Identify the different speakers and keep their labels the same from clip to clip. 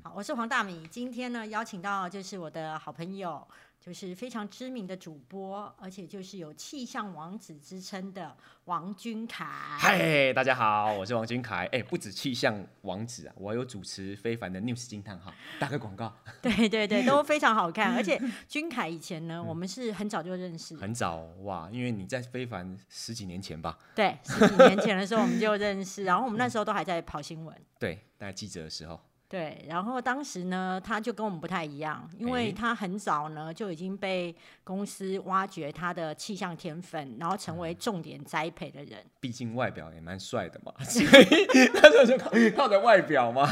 Speaker 1: 好，我是黄大米。今天呢，邀请到就是我的好朋友，就是非常知名的主播，而且就是有气象王子之称的王君凯。
Speaker 2: 嗨，大家好，我是王君凯。哎、不止气象王子啊，我还有主持非凡的 News 惊叹号，打个广告。
Speaker 1: 对对对，都非常好看。而且君凯以前呢，我们是很早就认识，
Speaker 2: 很早哇，因为你在非凡十几年前吧？
Speaker 1: 对，十几年前的时候我们就认识，然后我们那时候都还在跑新闻。
Speaker 2: 对，大概记者的时候。
Speaker 1: 对，然后当时呢，他就跟我们不太一样，因为
Speaker 2: 诶
Speaker 1: 他很早呢就已经被公司挖掘他的气象天分，然后成为重点栽培的人。
Speaker 2: 毕竟外表也蛮帅的嘛， 所以那时候就靠靠着外表嘛，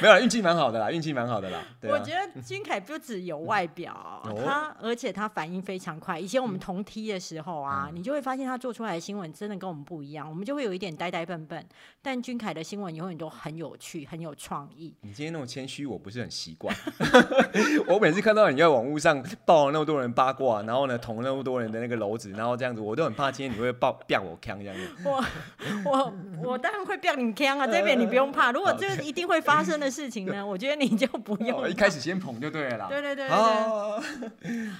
Speaker 2: 没有啦运气蛮好的啦，运气蛮好的啦。对、啊，
Speaker 1: 我觉得君凯不只有外表，
Speaker 2: 哦嗯
Speaker 1: 他而且他反应非常快。以前我们同梯的时候啊，你就会发现他做出来的新闻真的跟我们不一样，我们就会有一点呆呆笨笨。但君凯的新闻永远都很有趣，很有创意。
Speaker 2: 你今天那么谦虚，我不是很习惯。 我每次看到你在网络上爆了那么多人八卦，然后呢捅了那么多人的那个篓子，然后这样子，我都很怕今天你会爆飙我腔这样子。
Speaker 1: 我我我当然会不要你坑啊，这边你不用
Speaker 2: 嗯
Speaker 1: 怕。如果这一定会发生的事情呢，我觉得你就不用
Speaker 2: 哦，一
Speaker 1: 怕。
Speaker 2: 开始先捧就对了啦。
Speaker 1: 对对对对对。
Speaker 2: 哦，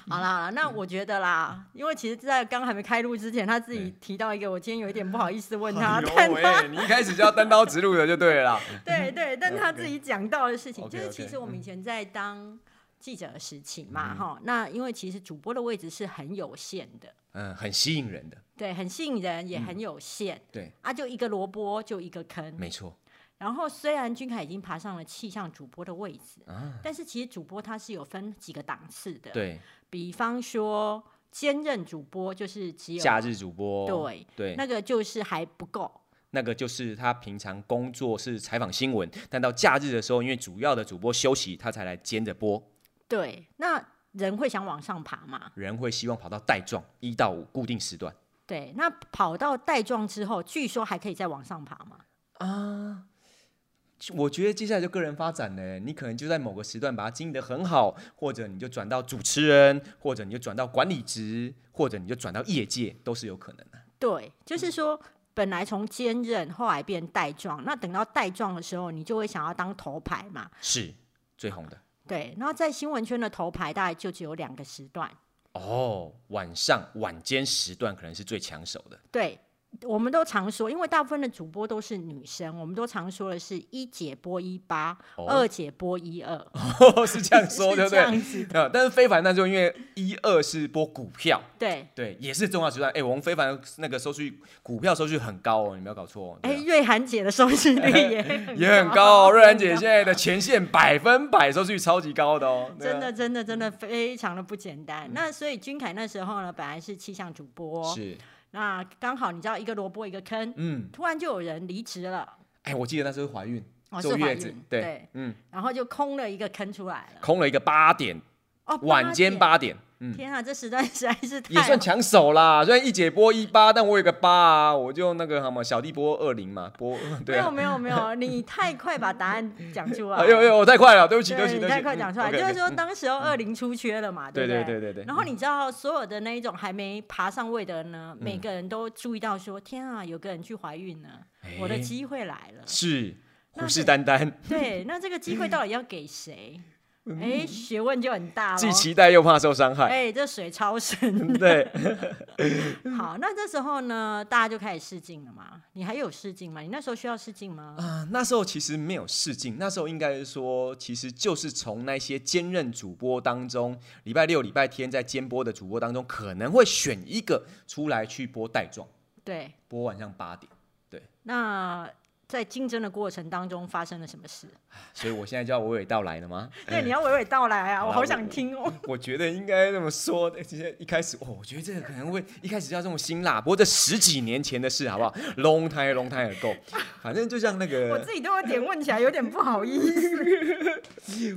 Speaker 1: 好啦，好啦那我觉得啦，因为其实，在刚还没开录之前，他自己提到一个，我今天有一点不好意思问他，
Speaker 2: 哎
Speaker 1: 但
Speaker 2: 呦
Speaker 1: 他
Speaker 2: 喂，你一开始就要单刀直入的就对了啦。
Speaker 1: 对
Speaker 2: 嗯
Speaker 1: 对，但他自己讲到的事情，就是
Speaker 2: OK，OK，
Speaker 1: 其实我们以前在当记者的时期嘛，哈、那因为其实主播的位置是很有限的，
Speaker 2: 嗯，很吸引人的，
Speaker 1: 对，很吸引人，也很有限、
Speaker 2: 对，
Speaker 1: 啊，就一个萝卜就一个坑。
Speaker 2: 嗯没错。
Speaker 1: 然后虽然君凯已经爬上了气象主播的位置，但是其实主播他是有分几个档次的，，
Speaker 2: 啊对，
Speaker 1: 比方说兼任主播就是只有
Speaker 2: 假日主播，
Speaker 1: 对
Speaker 2: 对，
Speaker 1: 那个就是还不够。
Speaker 2: 那个就是他平常工作是采访新闻，但到假日的时候，因为主要的主播休息，他才来兼着播。
Speaker 1: 对，那人会想往上爬嘛？
Speaker 2: 人会希望跑到带状一到五固定时段
Speaker 1: 对，那跑到带状之后，据说还可以再往上爬嘛？
Speaker 2: 啊。我觉得接下来就个人发展呢，你可能就在某个时段把它经营得很好，或者你就转到主持人，或者你就转到管理职，或者你就转到业界，都是有可能的。
Speaker 1: 对，
Speaker 2: 嗯
Speaker 1: 就是说本来从兼任，后来变带状，那等到带状的时候，你就会想要当头牌嘛？
Speaker 2: 是最红的
Speaker 1: 对，那在新闻圈的头牌大概就只有两个时段。
Speaker 2: 哦，晚上晚间时段可能是最抢手的。
Speaker 1: 对，我们都常说，因为大部分的主播都是女生，我们都常说的是一姐播一八、
Speaker 2: 哦
Speaker 1: 二姐播一二，
Speaker 2: 是这样 说，
Speaker 1: 是
Speaker 2: 对不
Speaker 1: 这
Speaker 2: 对？
Speaker 1: 样子。
Speaker 2: 呃，但是非凡那时候因为一二是播股票，
Speaker 1: 对，
Speaker 2: 对，也是重要时段。哎、我们非凡那个收视股票收视很高哦，你没有搞错、哦。对
Speaker 1: 哎、
Speaker 2: 啊
Speaker 1: 瑞涵姐的收视率也很
Speaker 2: 哎 也很高哦，瑞兰姐
Speaker 1: 很
Speaker 2: 现在的前线百分百收视率超级高的哦，对啊嗯
Speaker 1: 真的，真的，真的非常的不简单。那所以君凯那时候呢，本来是气象主播，
Speaker 2: 啊是，
Speaker 1: 那刚好你知道一个萝卜一个坑，
Speaker 2: 嗯，
Speaker 1: 突然就有人离职了，
Speaker 2: 哎，我记得那时候怀孕，
Speaker 1: 哦，
Speaker 2: 坐
Speaker 1: 是怀
Speaker 2: 月子
Speaker 1: 孕，，
Speaker 2: 对，嗯，
Speaker 1: 然后就空了一个坑出来了。
Speaker 2: 空了一个八点，
Speaker 1: 哦，
Speaker 2: 晚间
Speaker 1: 八
Speaker 2: 八点，
Speaker 1: 点，
Speaker 2: 嗯，
Speaker 1: 天啊，这时段实在是太
Speaker 2: 也算
Speaker 1: 好
Speaker 2: 抢手啦。虽然一姐播一八，但我有个八啊，我就那个什么小弟播二零嘛，播
Speaker 1: 没
Speaker 2: 对
Speaker 1: 有
Speaker 2: 啊，
Speaker 1: 没有没有，你太快把答案讲出来了，
Speaker 2: 哎呦哎呦，我太快了，对不起对不
Speaker 1: 对，
Speaker 2: 起
Speaker 1: 你
Speaker 2: 对不起，
Speaker 1: 太快讲出来，
Speaker 2: 嗯
Speaker 1: 就是
Speaker 2: ，OK，OK，
Speaker 1: 说当时候二零出缺了嘛，
Speaker 2: 对
Speaker 1: 不
Speaker 2: 对对对对，嗯
Speaker 1: 然后你知道，所有的那一种还没爬上位的
Speaker 2: 嗯
Speaker 1: 呢，每个人都注意到说：“天啊，有个人去怀孕了，我的
Speaker 2: 哎
Speaker 1: 机会来了。
Speaker 2: 是
Speaker 1: 那
Speaker 2: 虎视
Speaker 1: 对
Speaker 2: 眈眈，
Speaker 1: 对，那这个机会到底要给 谁？哎，学问就很大
Speaker 2: 既
Speaker 1: 了。
Speaker 2: 嗯期待又怕受伤害，
Speaker 1: 哎，这水超深。
Speaker 2: 对。
Speaker 1: 好，那这时候呢，大家就开始试镜了嘛。你还有试镜吗？你那时候需要试镜吗？
Speaker 2: 啊、那时候其实没有试镜，那时候应该是说，其实就是从那些兼任主播当中，礼拜六、礼拜天在兼播的主播当中，可能会选一个出来去播带状，
Speaker 1: 对，
Speaker 2: 播晚上八点。
Speaker 1: 那在竞争的过程当中发生了什么事？
Speaker 2: 所以我现在就要娓娓道来了吗？
Speaker 1: 对，你要娓娓道来啊，
Speaker 2: 好
Speaker 1: 我
Speaker 2: 啦
Speaker 1: 好
Speaker 2: 我
Speaker 1: 想听哦。
Speaker 2: 我觉得应该这么说，呃其实一开始，哦，我觉得这个可能会一开始就要这么辛辣，不过这十几年前的事，好不 好？Long time, long time ago。反正就像那个，
Speaker 1: 我自己都有点问起来，有点不好意 思。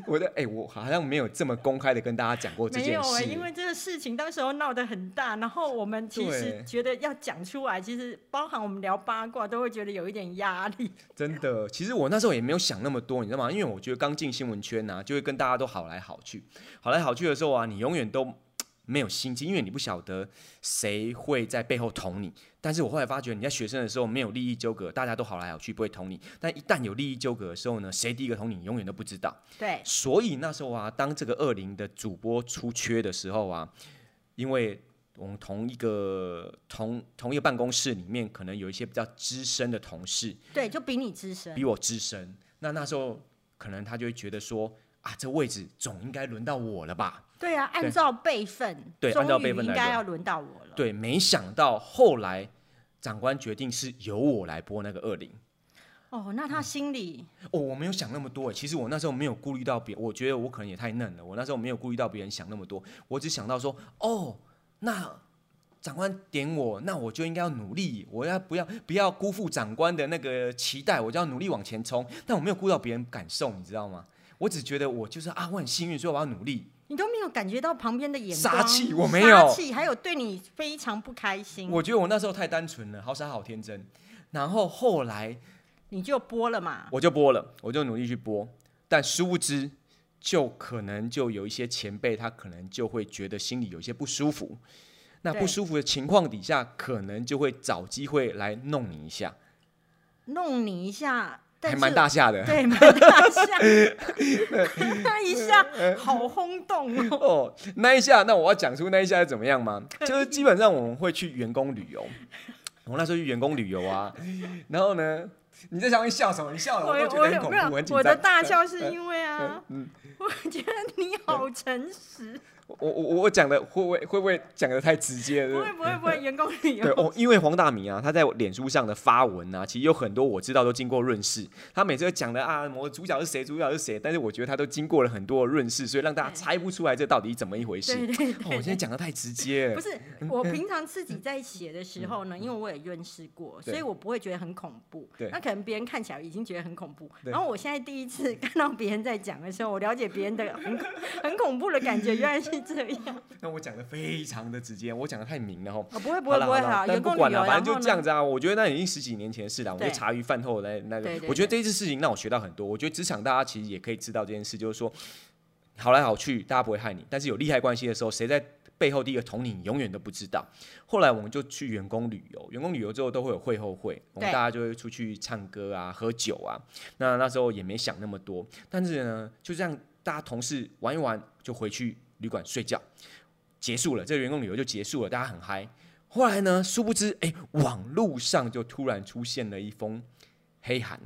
Speaker 2: 我的，哎、我好像没有这么公开的跟大家讲过这
Speaker 1: 没
Speaker 2: 件
Speaker 1: 有
Speaker 2: 事，
Speaker 1: 欸因为这个事情当时候闹得很大，然后我们其实
Speaker 2: 对
Speaker 1: 觉得要讲出来，其实包含我们聊八卦都会觉得有一点压力。
Speaker 2: 真的，其实我那时候也没有想那么多，你知道吗？因为我觉得刚进新闻圈呐、啊，就会跟大家都好来好去，好来好去的时候啊，你永远都。没有心机，因为你不晓得谁会在背后捅你。但是我后来发觉，你在学生的时候没有利益纠葛，大家都好来好去，不会捅你。但一旦有利益纠葛的时候呢，谁第一个捅你，你永远都不知道。
Speaker 1: 对，
Speaker 2: 所以那时候啊，当这个二零的主播出缺的时候啊，因为我们同一个同同一个办公室里面，可能有一些比较资深的同事，
Speaker 1: 对，就比你资深，
Speaker 2: 比我资深，那那时候可能他就会觉得说啊，这位置总应该轮到我了吧？
Speaker 1: 对啊，按照辈分，
Speaker 2: 对
Speaker 1: 终
Speaker 2: 按照
Speaker 1: 于
Speaker 2: 辈分
Speaker 1: 应
Speaker 2: 来
Speaker 1: 该
Speaker 2: 论
Speaker 1: 要轮到我了。
Speaker 2: 对，没想到后来长官决定是由我来播那个二零。
Speaker 1: 哦，那他心里
Speaker 2: 哦，我没有想那么多诶，其实我那时候没有顾虑到别，我觉得我可能也太嫩了，我那时候没有顾虑到别人想那么多，我只想到说，哦，那长官点我，那我就应该要努力，我要不要不要辜负长官的那个期待，我就要努力往前冲。但我没有顾到别人感受，你知道吗？我只觉得我就是啊，我很幸运，所以我要努力。
Speaker 1: 你都没有感觉到旁边的眼光
Speaker 2: 杀气我没
Speaker 1: 杀
Speaker 2: 有
Speaker 1: 气，还有对你非常不开心，
Speaker 2: 我觉得我那时候太单纯了，好傻好天真。然后后来
Speaker 1: 你就播了嘛。
Speaker 2: 我就播了，我就努力去播，但殊不知，就可能就有一些前辈，他可能就会觉得心里有一些不舒服。那
Speaker 1: 对
Speaker 2: 不舒服的情况底下，可能就会找机会来弄你一下，
Speaker 1: 弄你一下，但
Speaker 2: 还
Speaker 1: 是
Speaker 2: 蛮大下的。
Speaker 1: 对，蛮大下，那一下好轰动哦。
Speaker 2: 哦，那一下，那我要讲出那一下是怎么样吗？就是基本上我们会去员工旅游，我那时候去员工旅游啊，然后呢，你在上面笑什么？你笑的
Speaker 1: 我
Speaker 2: 我都觉
Speaker 1: 我
Speaker 2: 得很
Speaker 1: 有
Speaker 2: 恐
Speaker 1: 没有
Speaker 2: 怖，很紧
Speaker 1: 我的
Speaker 2: 张。嗯
Speaker 1: 大笑是因为 啊，我觉得你好诚实，
Speaker 2: 我我我我讲的会不会会不会讲的太直接了？
Speaker 1: 不会不会不
Speaker 2: 嗯
Speaker 1: 会，员工旅
Speaker 2: 对
Speaker 1: 游
Speaker 2: 哦，因为黄大明啊，他在脸书上的发文啊，其实有很多我知道都经过润饰。他每次都讲的啊，我主角是谁，主角是谁，但是我觉得他都经过了很多的润饰，所以让大家猜不出来这到底怎么一回事。
Speaker 1: 对对
Speaker 2: 哦，我
Speaker 1: 对
Speaker 2: 今天讲的太直接
Speaker 1: 不
Speaker 2: 了。
Speaker 1: 是，我平常自己在写的时候呢，因为我也认识过，
Speaker 2: 对
Speaker 1: 所以我不会觉得很恐怖。
Speaker 2: 对
Speaker 1: 那可能别人看起来已经觉得很恐怖，
Speaker 2: 对
Speaker 1: 然后我现在第一次看到别人在讲的时候，我了解别人的很 很恐怖的感觉，原来是这样。
Speaker 2: 那我讲的非常的直接，我讲的太明了哈。
Speaker 1: 哦，不会不
Speaker 2: 好
Speaker 1: 会
Speaker 2: 啦
Speaker 1: 不会
Speaker 2: 好啦
Speaker 1: 哈，
Speaker 2: 但
Speaker 1: 员
Speaker 2: 不
Speaker 1: 工
Speaker 2: 管
Speaker 1: 旅
Speaker 2: 了，
Speaker 1: 游，
Speaker 2: 反
Speaker 1: 然
Speaker 2: 正
Speaker 1: 后
Speaker 2: 就这样
Speaker 1: 呢？
Speaker 2: 子啊。我觉得那已经十几年前的事了，我就
Speaker 1: 对
Speaker 2: 茶余饭后来那个
Speaker 1: 对，对
Speaker 2: 我觉得这件事情让我学到很多。我觉得职场大家其实也可以知道这件事，就是说好来好去，大家不会害你，但是有利害关系的时候，谁在背后第一个捅你，你永远都不知道。后来我们就去员工旅游，员工旅游之后都会有会后会，我们
Speaker 1: 对
Speaker 2: 大家就会出去唱歌啊、喝酒啊。那那时候也没想那么多，但是呢，就这样大家同事玩一玩，就回去旅馆睡觉，结束了，这个员工旅游就结束了，大家很嗨。后来呢，殊不知，哎，网络上就突然出现了一封黑函。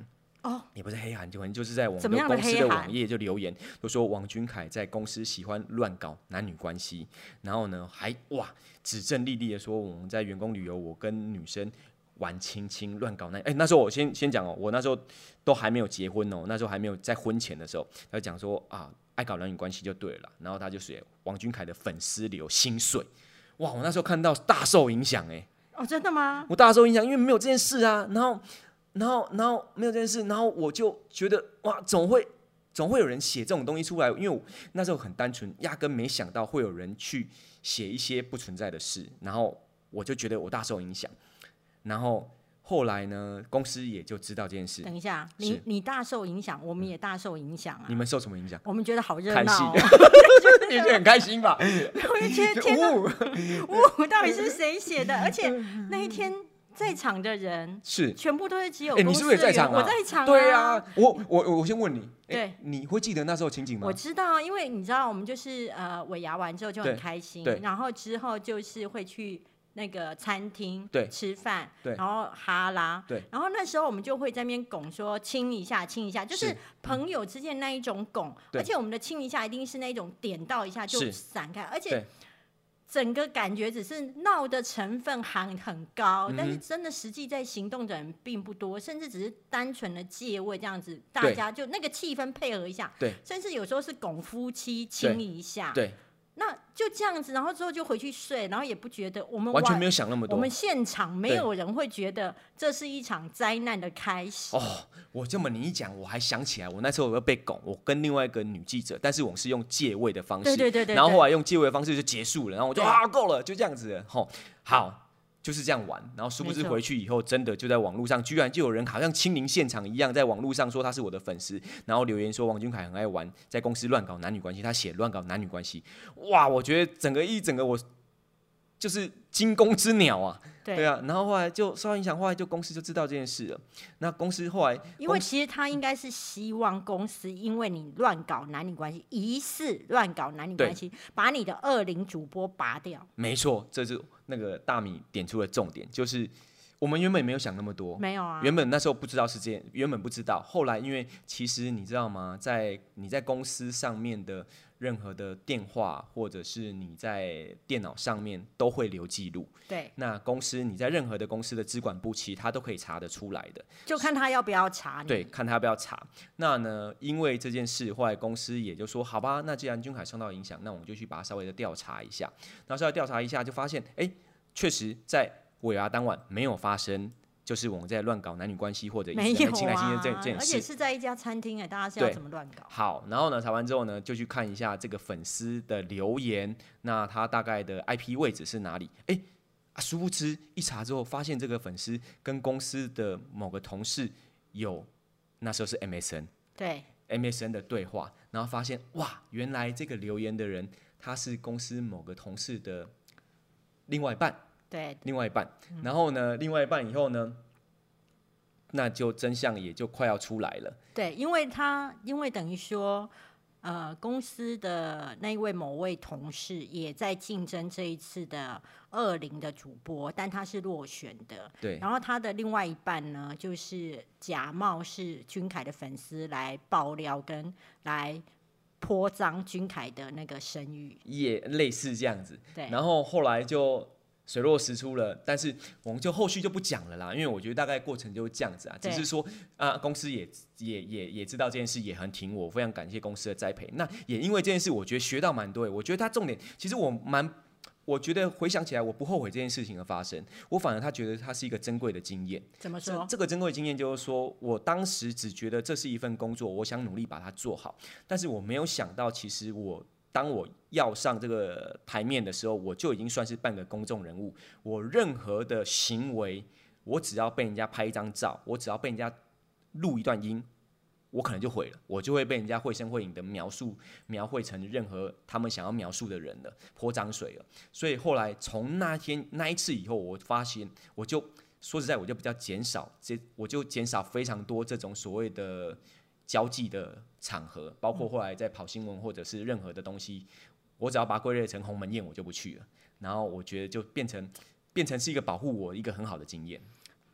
Speaker 1: 哦，
Speaker 2: 也不是黑函，就可能就是在我们
Speaker 1: 怎么
Speaker 2: 的
Speaker 1: 样的
Speaker 2: 公司
Speaker 1: 黑
Speaker 2: 的
Speaker 1: 函
Speaker 2: 网页就留言，就说王俊凯在公司喜欢乱搞男女关系，然后呢还哇指证莉莉的说我们在员工旅游，我跟女生玩亲亲乱搞男，哎、那时候我先先讲哦，我那时候都还没有结婚哦，那时候还没有在婚前的时候，他就讲说啊爱搞男女关系就对了啦，然后他就写王俊凯的粉丝流心碎，哇，我那时候看到大受影响哎、
Speaker 1: 哦，真的吗？
Speaker 2: 我大受影响，因为没有这件事啊。然后，然后，然后没有这件事，然后我就觉得哇，总会总会有人写这种东西出来，因为我那时候很单纯，压根没想到会有人去写一些不存在的事，然后我就觉得我大受影响。然后后来呢，公司也就知道这件事。
Speaker 1: 等一下，
Speaker 2: 是
Speaker 1: 你你大受影响，我们也大受影响啊
Speaker 2: 你。们受什么影响？
Speaker 1: 我们觉得好热
Speaker 2: 看戏
Speaker 1: 闹、哦，
Speaker 2: 你觉得很开心 吧？
Speaker 1: 我就觉得天 哪，
Speaker 2: 哦，
Speaker 1: 呜，到底是谁写的？而且那一天在场的人
Speaker 2: 是，
Speaker 1: 全部都是只有
Speaker 2: 哎你
Speaker 1: 公
Speaker 2: 是
Speaker 1: 司
Speaker 2: 不是也
Speaker 1: 的
Speaker 2: 在场
Speaker 1: 员，
Speaker 2: 啊
Speaker 1: 我在场，
Speaker 2: 对啊。我我我先问你，哎
Speaker 1: 对，
Speaker 2: 你会记得那时候情景吗
Speaker 1: 我？知道，因为你知道，我们就是呃尾牙完之后就很
Speaker 2: 对
Speaker 1: 开心
Speaker 2: 对，
Speaker 1: 然后之后就是会去那个餐厅
Speaker 2: 对
Speaker 1: 吃饭，
Speaker 2: 对
Speaker 1: 然后哈拉，
Speaker 2: 对，
Speaker 1: 然后那时候我们就会在那边拱说亲一下，亲一下，就是
Speaker 2: 是嗯
Speaker 1: 朋友之间那一种拱，
Speaker 2: 对
Speaker 1: 而且我们的亲一下一定是那一种点到一下就是散开，而且
Speaker 2: 对。
Speaker 1: 整个感觉只是闹的成分含很高，
Speaker 2: 嗯哼
Speaker 1: 但是真的实际在行动的人并不多，甚至只是单纯的借位这样子，大
Speaker 2: 对
Speaker 1: 家就那个气氛配合一下，
Speaker 2: 对，
Speaker 1: 甚至有时候是拱夫妻亲一下，
Speaker 2: 对，
Speaker 1: 那就这样子，然后之后就回去睡，然后也不觉得我们
Speaker 2: 完全没
Speaker 1: 有
Speaker 2: 有想那么
Speaker 1: 我
Speaker 2: 多
Speaker 1: 们。现场没有人会觉得这是一场灾难的开始，
Speaker 2: 哦，我这么你一讲，我还想起来，我那时候有被拱，我跟另外一个女记者，但是我是用借位的方式，
Speaker 1: 对对对对
Speaker 2: 然后后
Speaker 1: 对
Speaker 2: 来用借位的方式就结束了，然后我就
Speaker 1: 对
Speaker 2: 啊够了，就这样子了，吼，好，就是这样玩，然后殊不知
Speaker 1: 没错
Speaker 2: 回去以后，真的就在网络上，居然就有人好像亲临现场一样，在网络上说他是我的粉丝，然后留言说王俊凯很爱玩，在公司乱搞男女关系，他写乱搞男女关系，哇，我觉得整个一整个我就是惊弓之鸟啊，
Speaker 1: 对
Speaker 2: 对啊，然后后来就受到影响，后来就公司就知道这件事了，那公司后来
Speaker 1: 因为其实他应该是希望公司，因为你乱搞男女关系，疑似乱搞男女
Speaker 2: 对
Speaker 1: 关系，把你的恶灵主播拔掉。
Speaker 2: 没错，这是那个大米点出的重点，就是我们原本没有想那么多，
Speaker 1: 没有啊，
Speaker 2: 哦原本那时候不知道是这样，原本不知道，后来因为其实你知道吗，在你在公司上面的任何的电话，或者是你在电脑上面都会留记录。
Speaker 1: 对，
Speaker 2: 那公司你在任何的公司的资管部，其实他都可以查得出来的。
Speaker 1: 就看他要不要查你。
Speaker 2: 对，看他要不要查。那呢，因为这件事，后来公司也就说，好吧，那既然君凯受到影响，那我们就去把它稍微的调查一下。然后稍微调查一下，就发现，哎，确实在尾牙当晚没有发生，就是我们在乱搞男女关系或者一直在
Speaker 1: 没
Speaker 2: 那
Speaker 1: 有
Speaker 2: 边侵来侵去
Speaker 1: 啊
Speaker 2: 这这，件
Speaker 1: 而且
Speaker 2: 事。
Speaker 1: 是在一家餐厅哎、大家是要
Speaker 2: 对
Speaker 1: 怎么乱搞？
Speaker 2: 好，然后呢，查完之后呢，就去看一下这个粉丝的留言，那他大概的 IP 位置是哪里？哎、啊殊不知一查之后，发现这个粉丝跟公司的某个同事有，那时候是 MSN。
Speaker 1: 对，
Speaker 2: MSN 的对话，然后发现哇，原来这个留言的人他是公司某个同事的另外一半，
Speaker 1: 对，
Speaker 2: 另外一半。
Speaker 1: 嗯
Speaker 2: 然后呢，另外一半以后呢，那就真相也就快要出来了。
Speaker 1: 对，因为他因为等于说，呃，公司的那一位某位同事也在竞争这一次的二零的主播，但他是落选的。
Speaker 2: 对
Speaker 1: 然后他的另外一半呢，就是假冒是君凯的粉丝来爆料跟来泼脏君凯的那个声誉。
Speaker 2: 也类似这样子。
Speaker 1: 对，
Speaker 2: 然后后来就水落石出了，但是我们就后续就不讲了啦，因为我觉得大概过程就是这样子啊，只
Speaker 1: 对
Speaker 2: 是说啊，公司也也也也知道这件事，也很挺我，非常感谢公司的栽培。那也因为这件事，我觉得学到蛮多的。我觉得他重点，其实我蛮。我觉得回想起来，我不后悔这件事情的发生，我反而他觉得它是一个珍贵的经验。
Speaker 1: 怎么
Speaker 2: 这
Speaker 1: 说？
Speaker 2: 这个珍贵经验就是说，我当时只觉得这是一份工作，我想努力把它做好，但是我没有想到，其实我当我要上这个台面的时候，我就已经算是半个公众人物。我任何的行为，我只要被人家拍一张照，我只要被人家录一段音。我可能就毁了，我就会被人家绘声绘影的描述 描绘成任何他们想要描述的人了，泼脏水了。所以后来从那天那一次以后，我发现我就说实在，我就比较减少这，我就减少非常多这种所谓的交际的场合，包
Speaker 1: 嗯
Speaker 2: 括后来在跑新闻或者是任何的东西，我只要把它归类成鸿门宴，我就不去了。然后我觉得就变成变成是一个保护我一个很好的经验。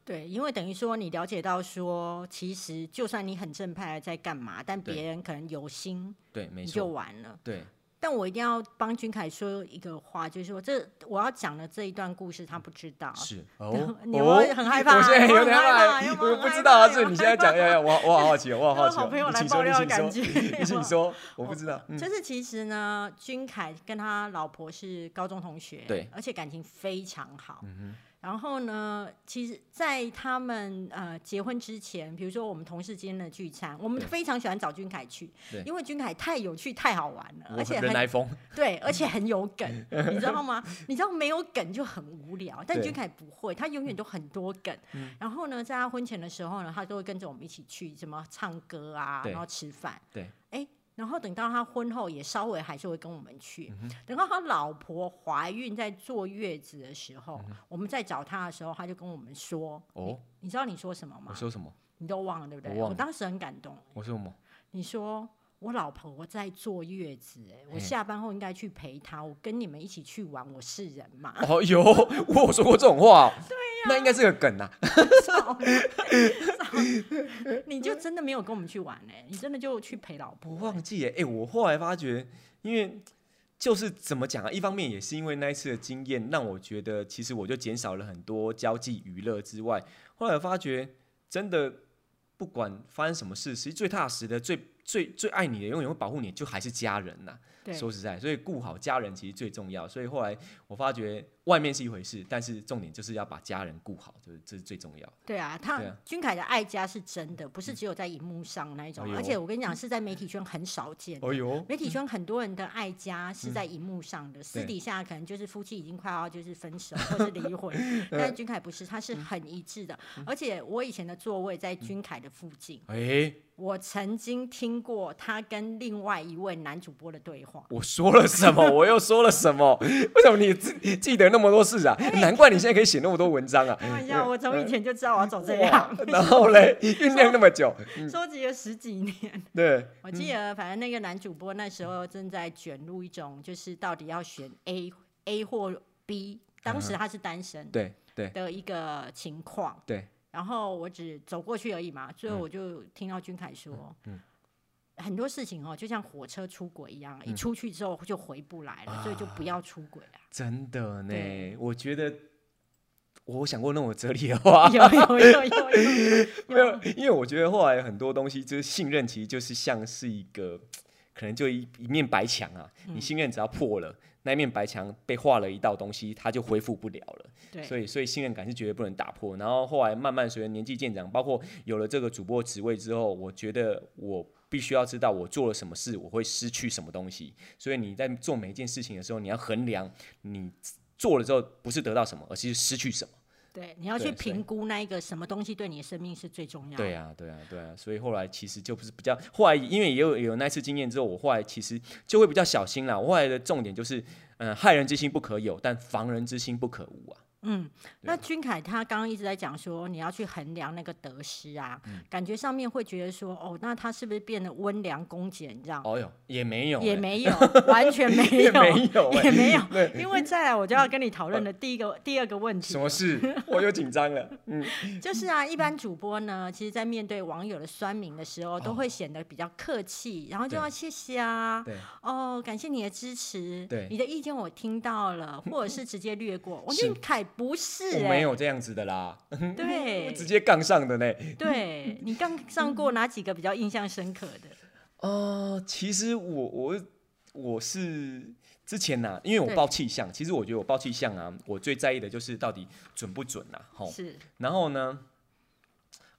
Speaker 1: 对，因为等于说你了解到说，其实就算你很正派在干嘛，但
Speaker 2: 对
Speaker 1: 别人可能有心，
Speaker 2: 对，没
Speaker 1: 你就
Speaker 2: 错，
Speaker 1: 完了。
Speaker 2: 对，
Speaker 1: 但我一定要帮君凯说一个话，就是说这我要讲的这一段故事他不知道，
Speaker 2: 是
Speaker 1: 后
Speaker 2: 哦
Speaker 1: 你有没有
Speaker 2: 哦
Speaker 1: 很害怕
Speaker 2: 我现
Speaker 1: 有
Speaker 2: 在
Speaker 1: 没有
Speaker 2: 有点
Speaker 1: 很害怕
Speaker 2: 害
Speaker 1: 有
Speaker 2: 怕，
Speaker 1: 没有
Speaker 2: 我
Speaker 1: 很
Speaker 2: 不
Speaker 1: 害
Speaker 2: 知道，
Speaker 1: 怕
Speaker 2: 是
Speaker 1: 有
Speaker 2: 你
Speaker 1: 没有
Speaker 2: 现在讲，
Speaker 1: 害
Speaker 2: 要 要，我我好好奇，我好好
Speaker 1: 有
Speaker 2: 奇
Speaker 1: 好
Speaker 2: 哦，
Speaker 1: 朋友
Speaker 2: 你
Speaker 1: 来
Speaker 2: 请
Speaker 1: 爆
Speaker 2: 说，你
Speaker 1: 料的
Speaker 2: 请
Speaker 1: 感
Speaker 2: 说，
Speaker 1: 觉。
Speaker 2: 你 请说，我不知道，嗯
Speaker 1: 就是其实呢，君凯跟他老婆是高中同学，
Speaker 2: 对，嗯
Speaker 1: 而且感情非常好。然后呢，其实，在他们呃结婚之前，比如说我们同事间的聚餐，我们
Speaker 2: 对
Speaker 1: 非常喜欢找君凯去
Speaker 2: 对，
Speaker 1: 因为君凯太有趣、太好玩了，而
Speaker 2: 我
Speaker 1: 且
Speaker 2: 人
Speaker 1: 很
Speaker 2: 来疯，
Speaker 1: 对，而且很有 梗，你知道吗？你知道没有梗就很无聊，但
Speaker 2: 对嗯
Speaker 1: 君凯不会，他永远都很多梗。然后呢，在他婚前的时候呢，他都会跟着我们一起去什么唱歌啊，
Speaker 2: 对
Speaker 1: 然后吃饭。
Speaker 2: 对，
Speaker 1: 哎，然后等到他婚后也稍微还是会跟我们去。
Speaker 2: 嗯
Speaker 1: 等到他老婆怀孕在坐月子的时候，我们在找他的时候，他就跟我们说：“
Speaker 2: 嗯哦，
Speaker 1: 你知道你说什么
Speaker 2: 我
Speaker 1: 吗？
Speaker 2: 说什么？
Speaker 1: 你都忘了对不对？”
Speaker 2: 我忘
Speaker 1: 我
Speaker 2: 了
Speaker 1: 当时很感动，
Speaker 2: 我说什么？
Speaker 1: 你说我老婆在坐月子、欸，我
Speaker 2: 嘿
Speaker 1: 下班后应该去陪她，我跟你们一起去玩，我是人吗？
Speaker 2: 哦，有 我有说过这种话、哦，对呀、那应该是个梗啊。
Speaker 1: 你就真的没有跟我们去玩哎、你真的就去陪老
Speaker 2: 我
Speaker 1: 婆、
Speaker 2: 忘记耶，哎、我后来发觉，因为就是怎么讲啊，一方面也是因为那一次的经验，让我觉得其实我就减少了很多交际娱乐之外，后来发觉真的不管发生什么事，其实最踏实的、最最最爱你的、永远会保护你，就还是家人呐、
Speaker 1: 对
Speaker 2: 说实在，所以顾好家人其实最重要。所以后来我发觉，外面是一回事，但是重点就是要把家人顾好，就是这是最重要的。
Speaker 1: 对啊，他
Speaker 2: 对啊嗯
Speaker 1: 君凯的爱家是真的，不是只有在荧幕上那一种，
Speaker 2: 哎呦
Speaker 1: 而且我跟你讲是在媒体圈很少见。
Speaker 2: 哦呦，
Speaker 1: 媒体圈很多人的爱家是在荧幕上的，私
Speaker 2: 对
Speaker 1: 底下可能就是夫妻已经快要就是分手或是离 婚，但
Speaker 2: 呃
Speaker 1: 是君凯不是，他
Speaker 2: 嗯
Speaker 1: 是很一致的。而且我以前的座位在君凯的附近，
Speaker 2: 哎，
Speaker 1: 我曾经听过他跟另外一位男主播的对话。
Speaker 2: 我说了什么？我又说了什么？ 为什么你记记得那么多事啊？难怪你现在可以写那么多文 章啊！
Speaker 1: 开玩哎笑，我从以前就知道我要走这
Speaker 2: 哇
Speaker 1: 样，
Speaker 2: 然后嘞，酝酿那么久，
Speaker 1: 收集了十几 年。
Speaker 2: 对，
Speaker 1: 我记得，反正那个男主播那时候正在卷入一种，就是到底要选 A A 或 B，当时他是单身
Speaker 2: 对，对，
Speaker 1: 的一个情况。
Speaker 2: 对。
Speaker 1: 然后我只走过去而已嘛，最后我就听到君凯说，很多事情哦，就像火车出轨一样，一出去之后就回不来了，所以就不要出轨啊。
Speaker 2: 真的呢
Speaker 1: 对。
Speaker 2: 我觉得我想过那种哲理的话，
Speaker 1: 有有有有
Speaker 2: 没
Speaker 1: 有
Speaker 2: 有，因为我觉得后来很多东西就是信任，其实就是像是一个。可能就一一面白墙啊，你信任只要破了，那一面白墙被画了一道东西，它就恢复不了了。
Speaker 1: 对，
Speaker 2: 所以所以信任感是绝对不能打破。然后后来慢慢随着年纪渐长，包括有了这个主播职位之后，我觉得我必须要知道我做了什么事，我会失去什么东西。所以你在做每一件事情的时候，你要衡量你做了之后不是得到什么，而是失去什么。
Speaker 1: 对，你要
Speaker 2: 对
Speaker 1: 去
Speaker 2: 所以
Speaker 1: 评估那一个什么东西对你的生命是最重要的。
Speaker 2: 对啊，对啊，对啊，所以后来其实就不是比较，后来因为也有有那次经验之后，我后来其实就会比较小心啦。我后来的重点就是，嗯、害人之心不可有，但防人之心不可无啊。
Speaker 1: 嗯，那君凯他刚刚一直在讲说，你要去衡量那个得失啊，
Speaker 2: 嗯
Speaker 1: 感觉上面会觉得说，哦，那他是不是变得温良恭俭让？
Speaker 2: 哦哟，也没有欸、
Speaker 1: 也没有，完全没
Speaker 2: 也
Speaker 1: 有，
Speaker 2: 没有欸
Speaker 1: 也没 有 因为再来我就要跟你讨论的第一个、第二个问题
Speaker 2: 什，么 事，我又紧张了。嗯，
Speaker 1: 就是啊，一般主播呢，其实在面对网友的酸民的时候，都会显得比较客气，然后就
Speaker 2: 哦对
Speaker 1: 要谢谢啊，
Speaker 2: 对。
Speaker 1: 哦，感谢你的支持，
Speaker 2: 对
Speaker 1: 你的意见我听到了，或者是直接略过。我
Speaker 2: 是
Speaker 1: 俊凯不是、
Speaker 2: 我
Speaker 1: 欸，
Speaker 2: 没有这样子的啦，
Speaker 1: 对，
Speaker 2: 直接杠上的呢。
Speaker 1: 哎对你刚上过哪几个比较印象深刻的？
Speaker 2: 哦，其实我我我是之前呐、因为我
Speaker 1: 对
Speaker 2: 报气象，其实我觉得我报气象啊，我最在意的就是到底准不准啊。吼，
Speaker 1: 是
Speaker 2: 然后呢？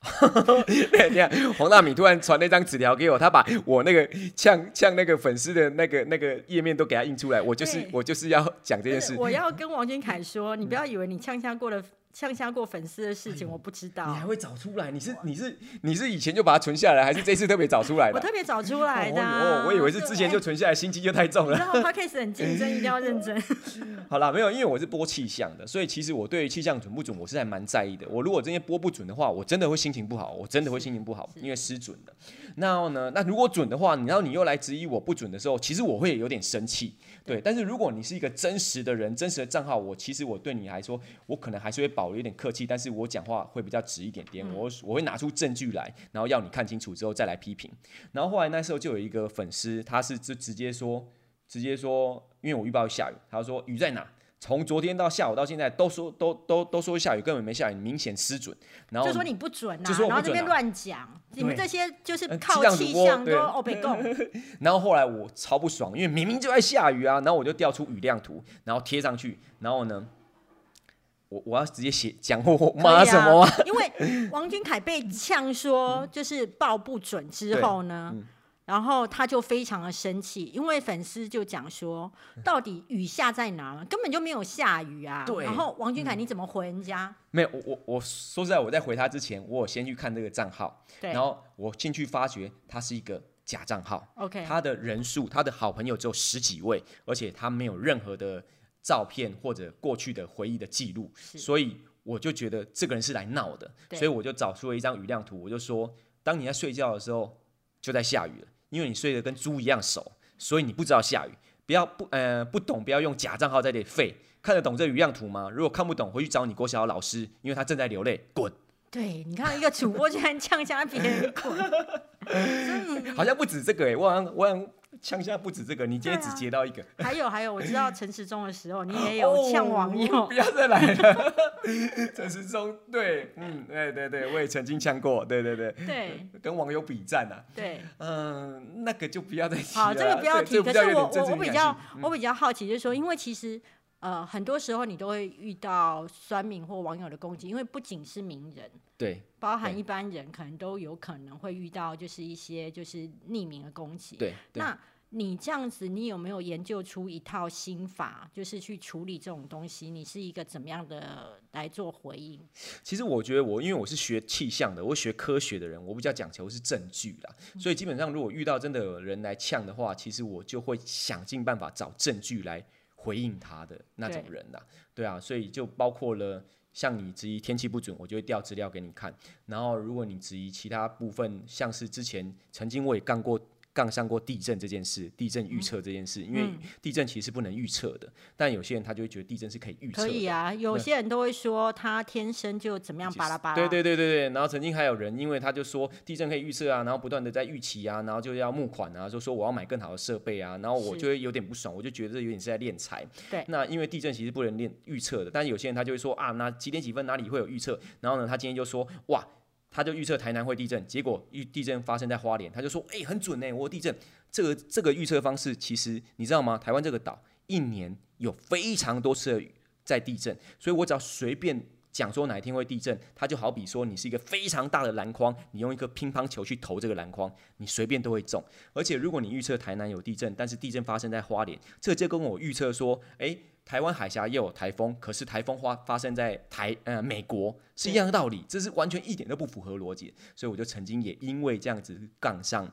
Speaker 2: 哎等一下，黄大米突然传了一张纸条给我，他把我那个呛呛那个粉丝的那个那个页面都给他印出来，我就是
Speaker 1: 对
Speaker 2: 我就是要讲这件
Speaker 1: 不是
Speaker 2: 事。
Speaker 1: 我要跟王俊凯说，你不要以为你呛下过的呛下过粉丝的事情，我不知
Speaker 2: 哎你
Speaker 1: 道
Speaker 2: 还。会找出来？你是你是你是以前就把它存下来，还是这次特别找出来的
Speaker 1: 我
Speaker 2: 啊？
Speaker 1: 特别找出来的、
Speaker 2: 哦
Speaker 1: 啊
Speaker 2: 哟我以为是之前就。存下来，心机就太重
Speaker 1: 对
Speaker 2: 了。
Speaker 1: 然后 podcast 很竞争，一定要认 真。
Speaker 2: 好啦，没有，因为我是播气象的，所以其实我对于气象准不准，我是还蛮在意的。我如果今天播不准的话，我真的会心情不好，我真的会心情不好，
Speaker 1: 是
Speaker 2: 因为失准的。然后呢，那如果准的话，然后你又来质疑我不准的时候，其实我会有点生气。对，但是如果你是一个真实的人，真实的账号，我其实我对你来说，我可能还是会保留一点客气，但是我讲话会比较直一点点，我我会拿出证据来，然后要你看清楚之后再来批评。然后后来那时候就有一个粉丝，他是就直接说，直接说，因为我预报下雨，他说雨在哪？从昨天到下午到现在都说都都都说下雨，根本没下雨，你明显失准。然后
Speaker 1: 就说你不准啊，
Speaker 2: 哦就说我
Speaker 1: 然
Speaker 2: 不准啊
Speaker 1: 后这边乱讲，你们
Speaker 2: 对
Speaker 1: 这些就是
Speaker 2: 呃
Speaker 1: 靠
Speaker 2: 气象
Speaker 1: 气
Speaker 2: 主播
Speaker 1: 象
Speaker 2: 对
Speaker 1: 都哦 被供。
Speaker 2: 然后后来我超不爽，因为明明就在下雨啊，然后我就调出雨量图，然后贴上去，然后呢，我我要直接写讲我妈什么啊？嗯
Speaker 1: 可以啊？因为王俊凯被呛说就是报不准之后呢，然后他就非常的生气，因为粉丝就讲说，到底雨下在哪？根本就没有下雨啊！
Speaker 2: 嗯对嗯
Speaker 1: 然后王俊凯你怎么回人家？
Speaker 2: 没有，我我我说实在，我在回他之前，我有先去看这个账号，
Speaker 1: 对
Speaker 2: 然后我进去发觉它是一个假账号。
Speaker 1: ，OK，
Speaker 2: 他的人数，他的好朋友只有十几位，而且他没有任何的照片或者过去的回忆的记录，
Speaker 1: 是
Speaker 2: 所以我就觉得这个人是来闹的，
Speaker 1: 对
Speaker 2: 所以我就找出了一张雨量图，我就说，当你在睡觉的时候就在下雨了，因为你睡得跟猪一样熟，所以你不知道下雨，不要不呃不懂，不要用假账号在这里废。看得懂这雨量图吗？如果看不懂，回去找你国小老师，因为他正在流泪，滚！
Speaker 1: 对，你看一个主播居然呛下别人 滚，
Speaker 2: 好像不止这个欸诶、我好像我好像呛下不止这个，你今天
Speaker 1: 对啊
Speaker 2: 只截到一个，
Speaker 1: 还有还有，我知道陈时中的时候，你也有呛网
Speaker 2: 哦
Speaker 1: 友
Speaker 2: 不。要再来了。 陈时中，对，嗯，对对对，我也曾经呛过，对对对，
Speaker 1: 对
Speaker 2: 跟网友比战啊，
Speaker 1: 对，
Speaker 2: 嗯、那个就不要再提了啊。
Speaker 1: 好，这个不要
Speaker 2: 对
Speaker 1: 提。
Speaker 2: 这个
Speaker 1: 可
Speaker 2: 不要
Speaker 1: 是
Speaker 2: 有点
Speaker 1: 我
Speaker 2: 政
Speaker 1: 我
Speaker 2: 治
Speaker 1: 我
Speaker 2: 敏
Speaker 1: 比
Speaker 2: 感
Speaker 1: 较
Speaker 2: 性
Speaker 1: 我比较好奇，就是说，因为其实呃，很多时候你都会遇到酸民或网友的攻击，因为不仅是名人，
Speaker 2: 对
Speaker 1: 包含
Speaker 2: 对
Speaker 1: 一般人可能都有可能会遇到，就是一些就是匿名的攻击。
Speaker 2: 对对，
Speaker 1: 那你这样子，你有没有研究出一套心法，就是去处理这种东西？你是一个怎么样的来做回应？
Speaker 2: 其实我觉得我因为我是学气象的，我学科学的人，我比较讲求是证据啦，
Speaker 1: 嗯
Speaker 2: 所以基本上如果遇到真的有人来呛的话，其实我就会想尽办法找证据来回应他的那种人啦。对啊，所以就包括了像你质疑天气不准，我就会调资料给你看。然后如果你质疑其他部分，像是之前曾经我也干过。杠上过地震这件事，地震预
Speaker 1: 嗯
Speaker 2: 测这件事，因为地震其实是不能预测的，但有些人他就会觉得地震是可以预测
Speaker 1: 可
Speaker 2: 的。
Speaker 1: 以啊，有些人都会说他天生就怎么样巴拉巴拉。
Speaker 2: 对对对对对，然后曾经还有人，因为他就说地震可以预测啊，然后不断的在预期啊，然后就要募款啊，就说我要买更好的设备啊，然后我
Speaker 1: 是
Speaker 2: 就会有点不爽，我就觉得这有点是在敛财。
Speaker 1: 对
Speaker 2: 那因为地震其实不能练预测的，但有些人他就会说啊，那几点几分哪里会有预测，然后呢，他今天就说哇。他就预测台南会地震，结果预地震发生在花莲，他就说：“哎、很准呢、我有地震。”这个这个预测方式，其实你知道吗？台湾这个岛一年有非常多次的在地震，所以我只要随便讲说哪一天会地震，它就好比说你是一个非常大的篮筐，你用一个乒乓球去投这个篮筐，你随便都会中。而且如果你预测台南有地震，但是地震发生在花莲，这就跟我预测说，诶，台湾海峡又有台风，可是台风发发生在台呃美国是一样的道理，这是完全一点都不符合逻辑。所以我就曾经也因为这样子杠上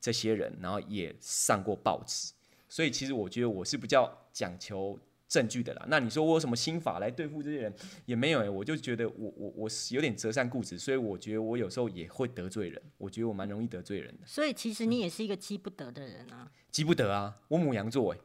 Speaker 2: 这些人，然后也上过报纸。所以其实我觉得我是比较讲求证据的啦。那你说我有什么心法来对付这些人？也没有诶、我就觉得我我我是有点折善固执，所以我觉得我有时候也会得罪人。我觉得我蛮容易得罪人的，
Speaker 1: 所以其实
Speaker 2: 嗯
Speaker 1: 你也是一个积不得的人啊。
Speaker 2: 急不得啊，我母羊座诶、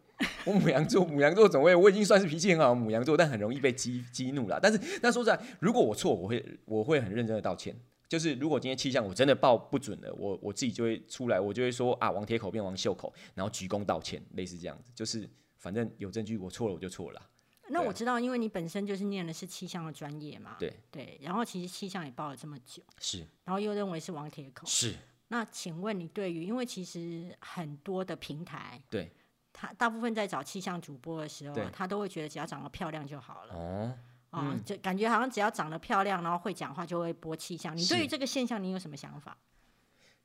Speaker 2: 我母羊座，母羊座总会，我已经算是脾气很好的母羊座，但很容易被激激怒啦。但是，但说实在，如果我错，我会我会很认真的道歉。就是如果今天气象我真的报不准了，我我自己就会出来，我就会说啊，王铁口变王袖口，然后鞠躬道歉，类似这样子。就是反正有证据，我错了我就错了啦。
Speaker 1: 那
Speaker 2: 对
Speaker 1: 我
Speaker 2: 啊
Speaker 1: 知道，因为你本身就是念的是气象的专业嘛。
Speaker 2: 对
Speaker 1: 对，然后其实气象也报了这么久，
Speaker 2: 是
Speaker 1: 然后又认为是王铁口。
Speaker 2: 是，
Speaker 1: 那请问你对于，因为其实很多的平台，
Speaker 2: 对
Speaker 1: 他大部分在找气象主播的时候
Speaker 2: 对
Speaker 1: 啊，他都会觉得只要长得漂亮就好了。
Speaker 2: 哦。
Speaker 1: 啊、就感觉好像只要长得漂亮，然后会讲话就会播气象。你对
Speaker 2: 是
Speaker 1: 于这个现象，你有什么想法？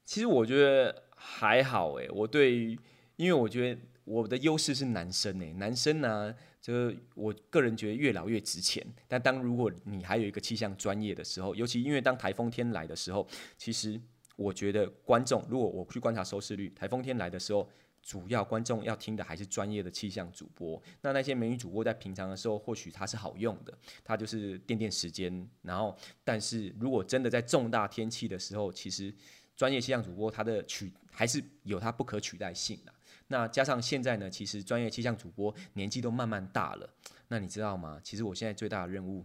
Speaker 2: 其实我觉得还好诶，我对于，因为我觉得我的优势是男生诶，男生呢、就是我个人觉得越老越值钱。但当如果你还有一个气象专业的时候，尤其因为当台风天来的时候，其实我觉得观众，如果我去观察收视率，台风天来的时候。主要观众要听的还是专业的气象主播，那那些美女主播在平常的时候，或许她是好用的，她就是垫垫时间。然后，但是如果真的在重大天气的时候，其实专业气象主播他的取还是有他不可取代性的。那加上现在呢，其实专业气象主播年纪都慢慢大了。那你知道吗？其实我现在最大的任务，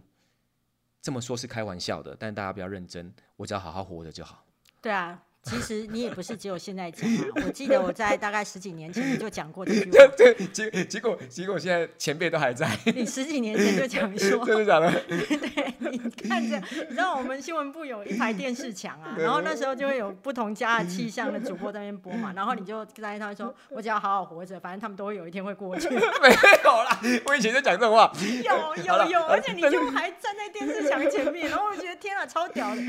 Speaker 2: 这么说是开玩笑的，但大家不要认真，我只要好好活着就好。
Speaker 1: 对啊， 其实你也不是只有现在讲啊。我记得我在大概十几年前你就讲过这句话，
Speaker 2: 对，结结果结果现在前辈都还在，
Speaker 1: 你十几年前就讲说，
Speaker 2: 的假 的？
Speaker 1: 对，你看着，你知道我们新闻部有一排电视墙 啊，然后那时候就会有不同家的气象的主播在那边播嘛，然后你就在那边 说，我只要好好活着，反正他们都会有一天会过去。
Speaker 2: 没有啦，我以前就讲这种话。
Speaker 1: 有
Speaker 2: 好了
Speaker 1: 有有，而且你就还站在电视墙前面，然后我觉得天啊，超屌的。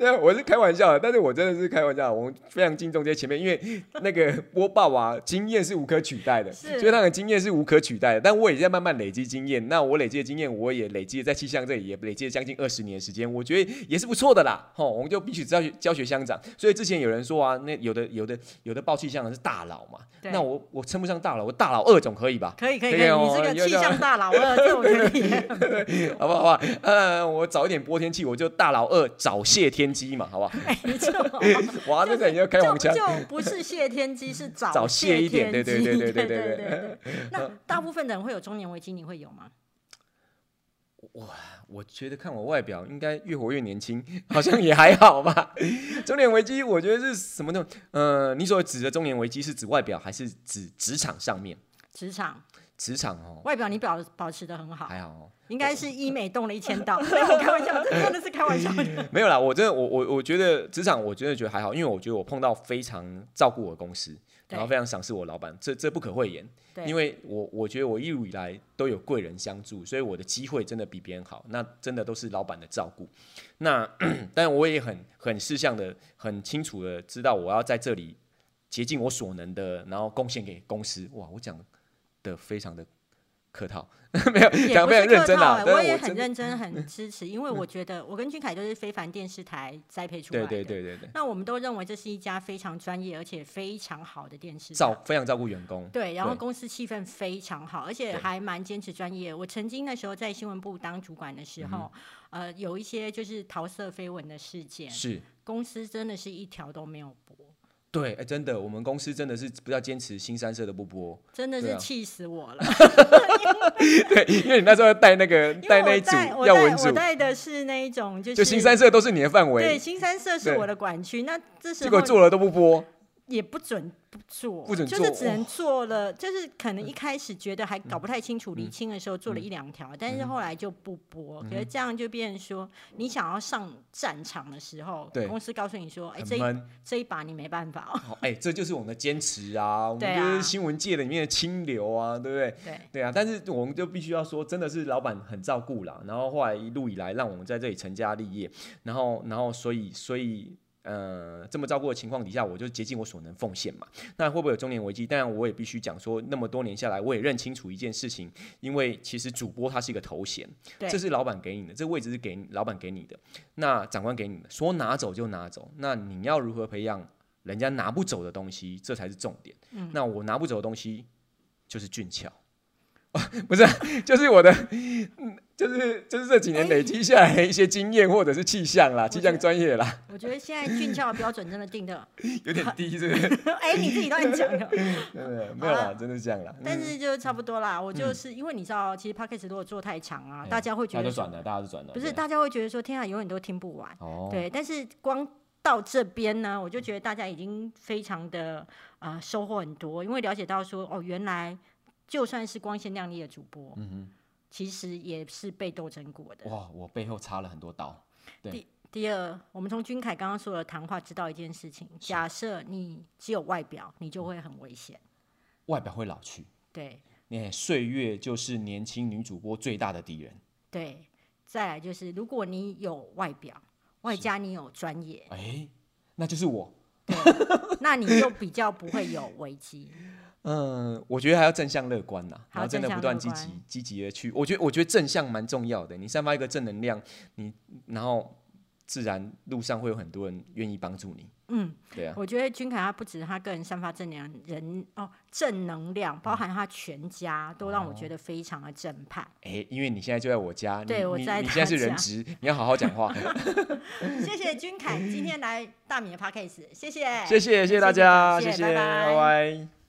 Speaker 2: 那 我是开玩笑的，但是我真的是开玩笑的，我非常敬重这些前辈，因为那个播报啊，经验是无可取代的，
Speaker 1: 是
Speaker 2: 所以他的经验是无可取代的。但我也在慢慢累积经验，那我累积的经验，我也累积在气象这里也累积了将近二十年的时间，我觉得也是不错的啦。吼，我们就必须教学教学相长。所以之前有人说啊，那有的有的有的报气象的是大佬嘛，
Speaker 1: 对
Speaker 2: 那我我称不上大佬，我大佬二总可以吧？
Speaker 1: 可以可以
Speaker 2: 可
Speaker 1: 可
Speaker 2: 以
Speaker 1: 以，
Speaker 2: 哦
Speaker 1: 你是个气象大佬二，这我觉得也很棒。
Speaker 2: 好不好？好不好？呃，我早一点播天气，我就大佬二早泄天机嘛，好 不好？
Speaker 1: 哎没错，
Speaker 2: 哇，这个你要开黄
Speaker 1: 就
Speaker 2: 腔。
Speaker 1: 就不是谢天机，是早
Speaker 2: 早泄一点
Speaker 1: 天
Speaker 2: 对对
Speaker 1: 机
Speaker 2: 对对
Speaker 1: 对
Speaker 2: 对对
Speaker 1: 对对。 那大部分的人会有中年危机，你会有吗？
Speaker 2: 我觉得看我外表，应该越活越年轻， 好像也还好吧。 中年危机，我觉得是什么呢？呃，你所指的中年危机是指外表，还是指职场上面？
Speaker 1: 职场
Speaker 2: 职场哦，
Speaker 1: 外表你保保持的很好，
Speaker 2: 还好哦。
Speaker 1: 应该是医美动了一千 道，没有开玩笑，这真的是开玩笑的。
Speaker 2: 没有啦，我真的我我我觉得职场我真的觉得还好，因为我觉得我碰到非常照顾我的公司，
Speaker 1: 对
Speaker 2: 然后非常赏识我老板，这这不可讳言。
Speaker 1: 对
Speaker 2: 因为我我觉得我一路以来都有贵人相助，所以我的机会真的比别人好，那真的都是老板的照顾。那 但我也很很事项的很清楚的知道我要在这里竭尽我所能的，然后贡献给公司。哇，我讲的非常的客套， 没有
Speaker 1: 也
Speaker 2: 讲
Speaker 1: 不
Speaker 2: 得
Speaker 1: 是
Speaker 2: 非常认
Speaker 1: 客
Speaker 2: 真
Speaker 1: 套
Speaker 2: 啦，
Speaker 1: 欸，
Speaker 2: 但
Speaker 1: 我
Speaker 2: 是
Speaker 1: 也
Speaker 2: 我
Speaker 1: 很
Speaker 2: 真的
Speaker 1: 认真，很支 持，因为我觉得我跟俊凯都是非凡电视台栽培出来的。
Speaker 2: 对对对对对。
Speaker 1: 那我们都认为这是一家非常专业而且非常好的电视台。
Speaker 2: 照非常照顾员工，
Speaker 1: 啊对，然后
Speaker 2: 对
Speaker 1: 公司气氛非常好，而且
Speaker 2: 对
Speaker 1: 还蛮坚持专业。我曾经那时候在新闻部当主管的时
Speaker 2: 嗯
Speaker 1: 候，呃，有一些就是桃色绯闻的事件，
Speaker 2: 是
Speaker 1: 公司真的是一条都没有播，
Speaker 2: 对，哎、真的，我们公司真的是比较坚持新三色的不播，
Speaker 1: 真的
Speaker 2: 对
Speaker 1: 是
Speaker 2: 啊
Speaker 1: 气死我了。
Speaker 2: 对，因为你那时候要带那个
Speaker 1: 因 为
Speaker 2: 带那
Speaker 1: 我
Speaker 2: 一组
Speaker 1: 带我
Speaker 2: 要
Speaker 1: 带
Speaker 2: 文
Speaker 1: 我
Speaker 2: 组，
Speaker 1: 带的是那一种就是
Speaker 2: 就新三色都是你的范
Speaker 1: 对
Speaker 2: 围，
Speaker 1: 新三社是
Speaker 2: 对
Speaker 1: 我的管区，那这时
Speaker 2: 结果
Speaker 1: 候
Speaker 2: 做了都不播，
Speaker 1: 也不准不做，
Speaker 2: 不准
Speaker 1: 就
Speaker 2: 做哦
Speaker 1: 是只能做了，就是可能一开始觉得还搞不太清楚、理清的时候
Speaker 2: 嗯
Speaker 1: 做了一两条，但是后来就不播。可是这样就变成说，你想要上战场的时候
Speaker 2: 对，
Speaker 1: 公司告诉你说，哎，这
Speaker 2: 很
Speaker 1: 一
Speaker 2: 闷。
Speaker 1: 这一把你没办法哦。
Speaker 2: 好，哎、这就是我们的坚持啊，我
Speaker 1: 对
Speaker 2: 们
Speaker 1: 啊
Speaker 2: 就是新闻界里面的清流啊，对不对？
Speaker 1: 对，
Speaker 2: 对啊，但是我们就必须要说，真的是老板很照顾啦。然后后来一路以来，让我们在这里成家立业，然后然后所以所以呃，这么照顾的情况底下，我就竭尽我所能奉献嘛。那会不会有中年危机？当然，我也必须讲说，那么多年下来，我也认清楚一件事情，因为其实主播他是一个头衔，
Speaker 1: 对
Speaker 2: 这是老板给你的，这个位置是给你老板给你的，那长官给你的，说拿走就拿走。那你要如何培养人家拿不走的东西，这才是重点。
Speaker 1: 嗯
Speaker 2: 那我拿不走的东西就是俊俏。不是啊，就是我的，嗯，就是就是这几年累积下来的一些经验或者是气象啦，气象专业啦，
Speaker 1: 我觉得现在俊俏的标准真的定的，
Speaker 2: 有点低，是不 是？
Speaker 1: 哎，你自己乱讲的。
Speaker 2: 对没有
Speaker 1: 好
Speaker 2: 啦，
Speaker 1: 了
Speaker 2: 真的是这样啦。
Speaker 1: 但
Speaker 2: 嗯
Speaker 1: 是就差不多啦，我就是因为你知道，其实 podcast 如果做太长啊，
Speaker 2: 哎
Speaker 1: 大家会
Speaker 2: 大
Speaker 1: 觉
Speaker 2: 家
Speaker 1: 得
Speaker 2: 都转了，大家都转了，
Speaker 1: 不是，
Speaker 2: 对
Speaker 1: 大家会觉得说，天啊，永远都听不完。
Speaker 2: 哦，
Speaker 1: 对，但是光到这边呢，我就觉得大家已经非常的呃收获很多，因为了解到说哦，原来就算是光鲜亮丽的主播，其实也是被斗争过的。
Speaker 2: 嗯哇，我背后插了很多刀，对
Speaker 1: 第第二，我们从君凯刚刚说的谈话知道一件事情：假设你只有外表，你就会很危险。
Speaker 2: 外表会老去，
Speaker 1: 对
Speaker 2: 哎，岁月就是年轻女主播最大的敌人。
Speaker 1: 对，再来就是，如果你有外表，外加你有专业，
Speaker 2: 哎，那就是我。
Speaker 1: 那你就比较不会有危机。
Speaker 2: 嗯，我觉得还要正向乐观呐，
Speaker 1: 还要
Speaker 2: 然后真的
Speaker 1: 正向
Speaker 2: 不断
Speaker 1: 乐
Speaker 2: 积
Speaker 1: 观
Speaker 2: 极积极的去，我觉得我觉得正向蛮重要的，你散发一个正能量，你然后自然路上会有很多人愿意帮助你。
Speaker 1: 嗯，
Speaker 2: 对啊，
Speaker 1: 我觉得君凯他不止他个人散发正能量，人哦正能量，包含他全家都让我觉得非常的正派。
Speaker 2: 哎，因为你现在就在我家，你
Speaker 1: 对我
Speaker 2: 你
Speaker 1: 在
Speaker 2: 你
Speaker 1: 他
Speaker 2: 现在是人
Speaker 1: 家哎
Speaker 2: 质，你要好好讲 话。
Speaker 1: 谢谢君凯今天来大米的 podcast，谢谢，
Speaker 2: 谢谢谢谢大家，
Speaker 1: 谢
Speaker 2: 谢
Speaker 1: 谢
Speaker 2: 谢，
Speaker 1: 拜拜
Speaker 2: 拜拜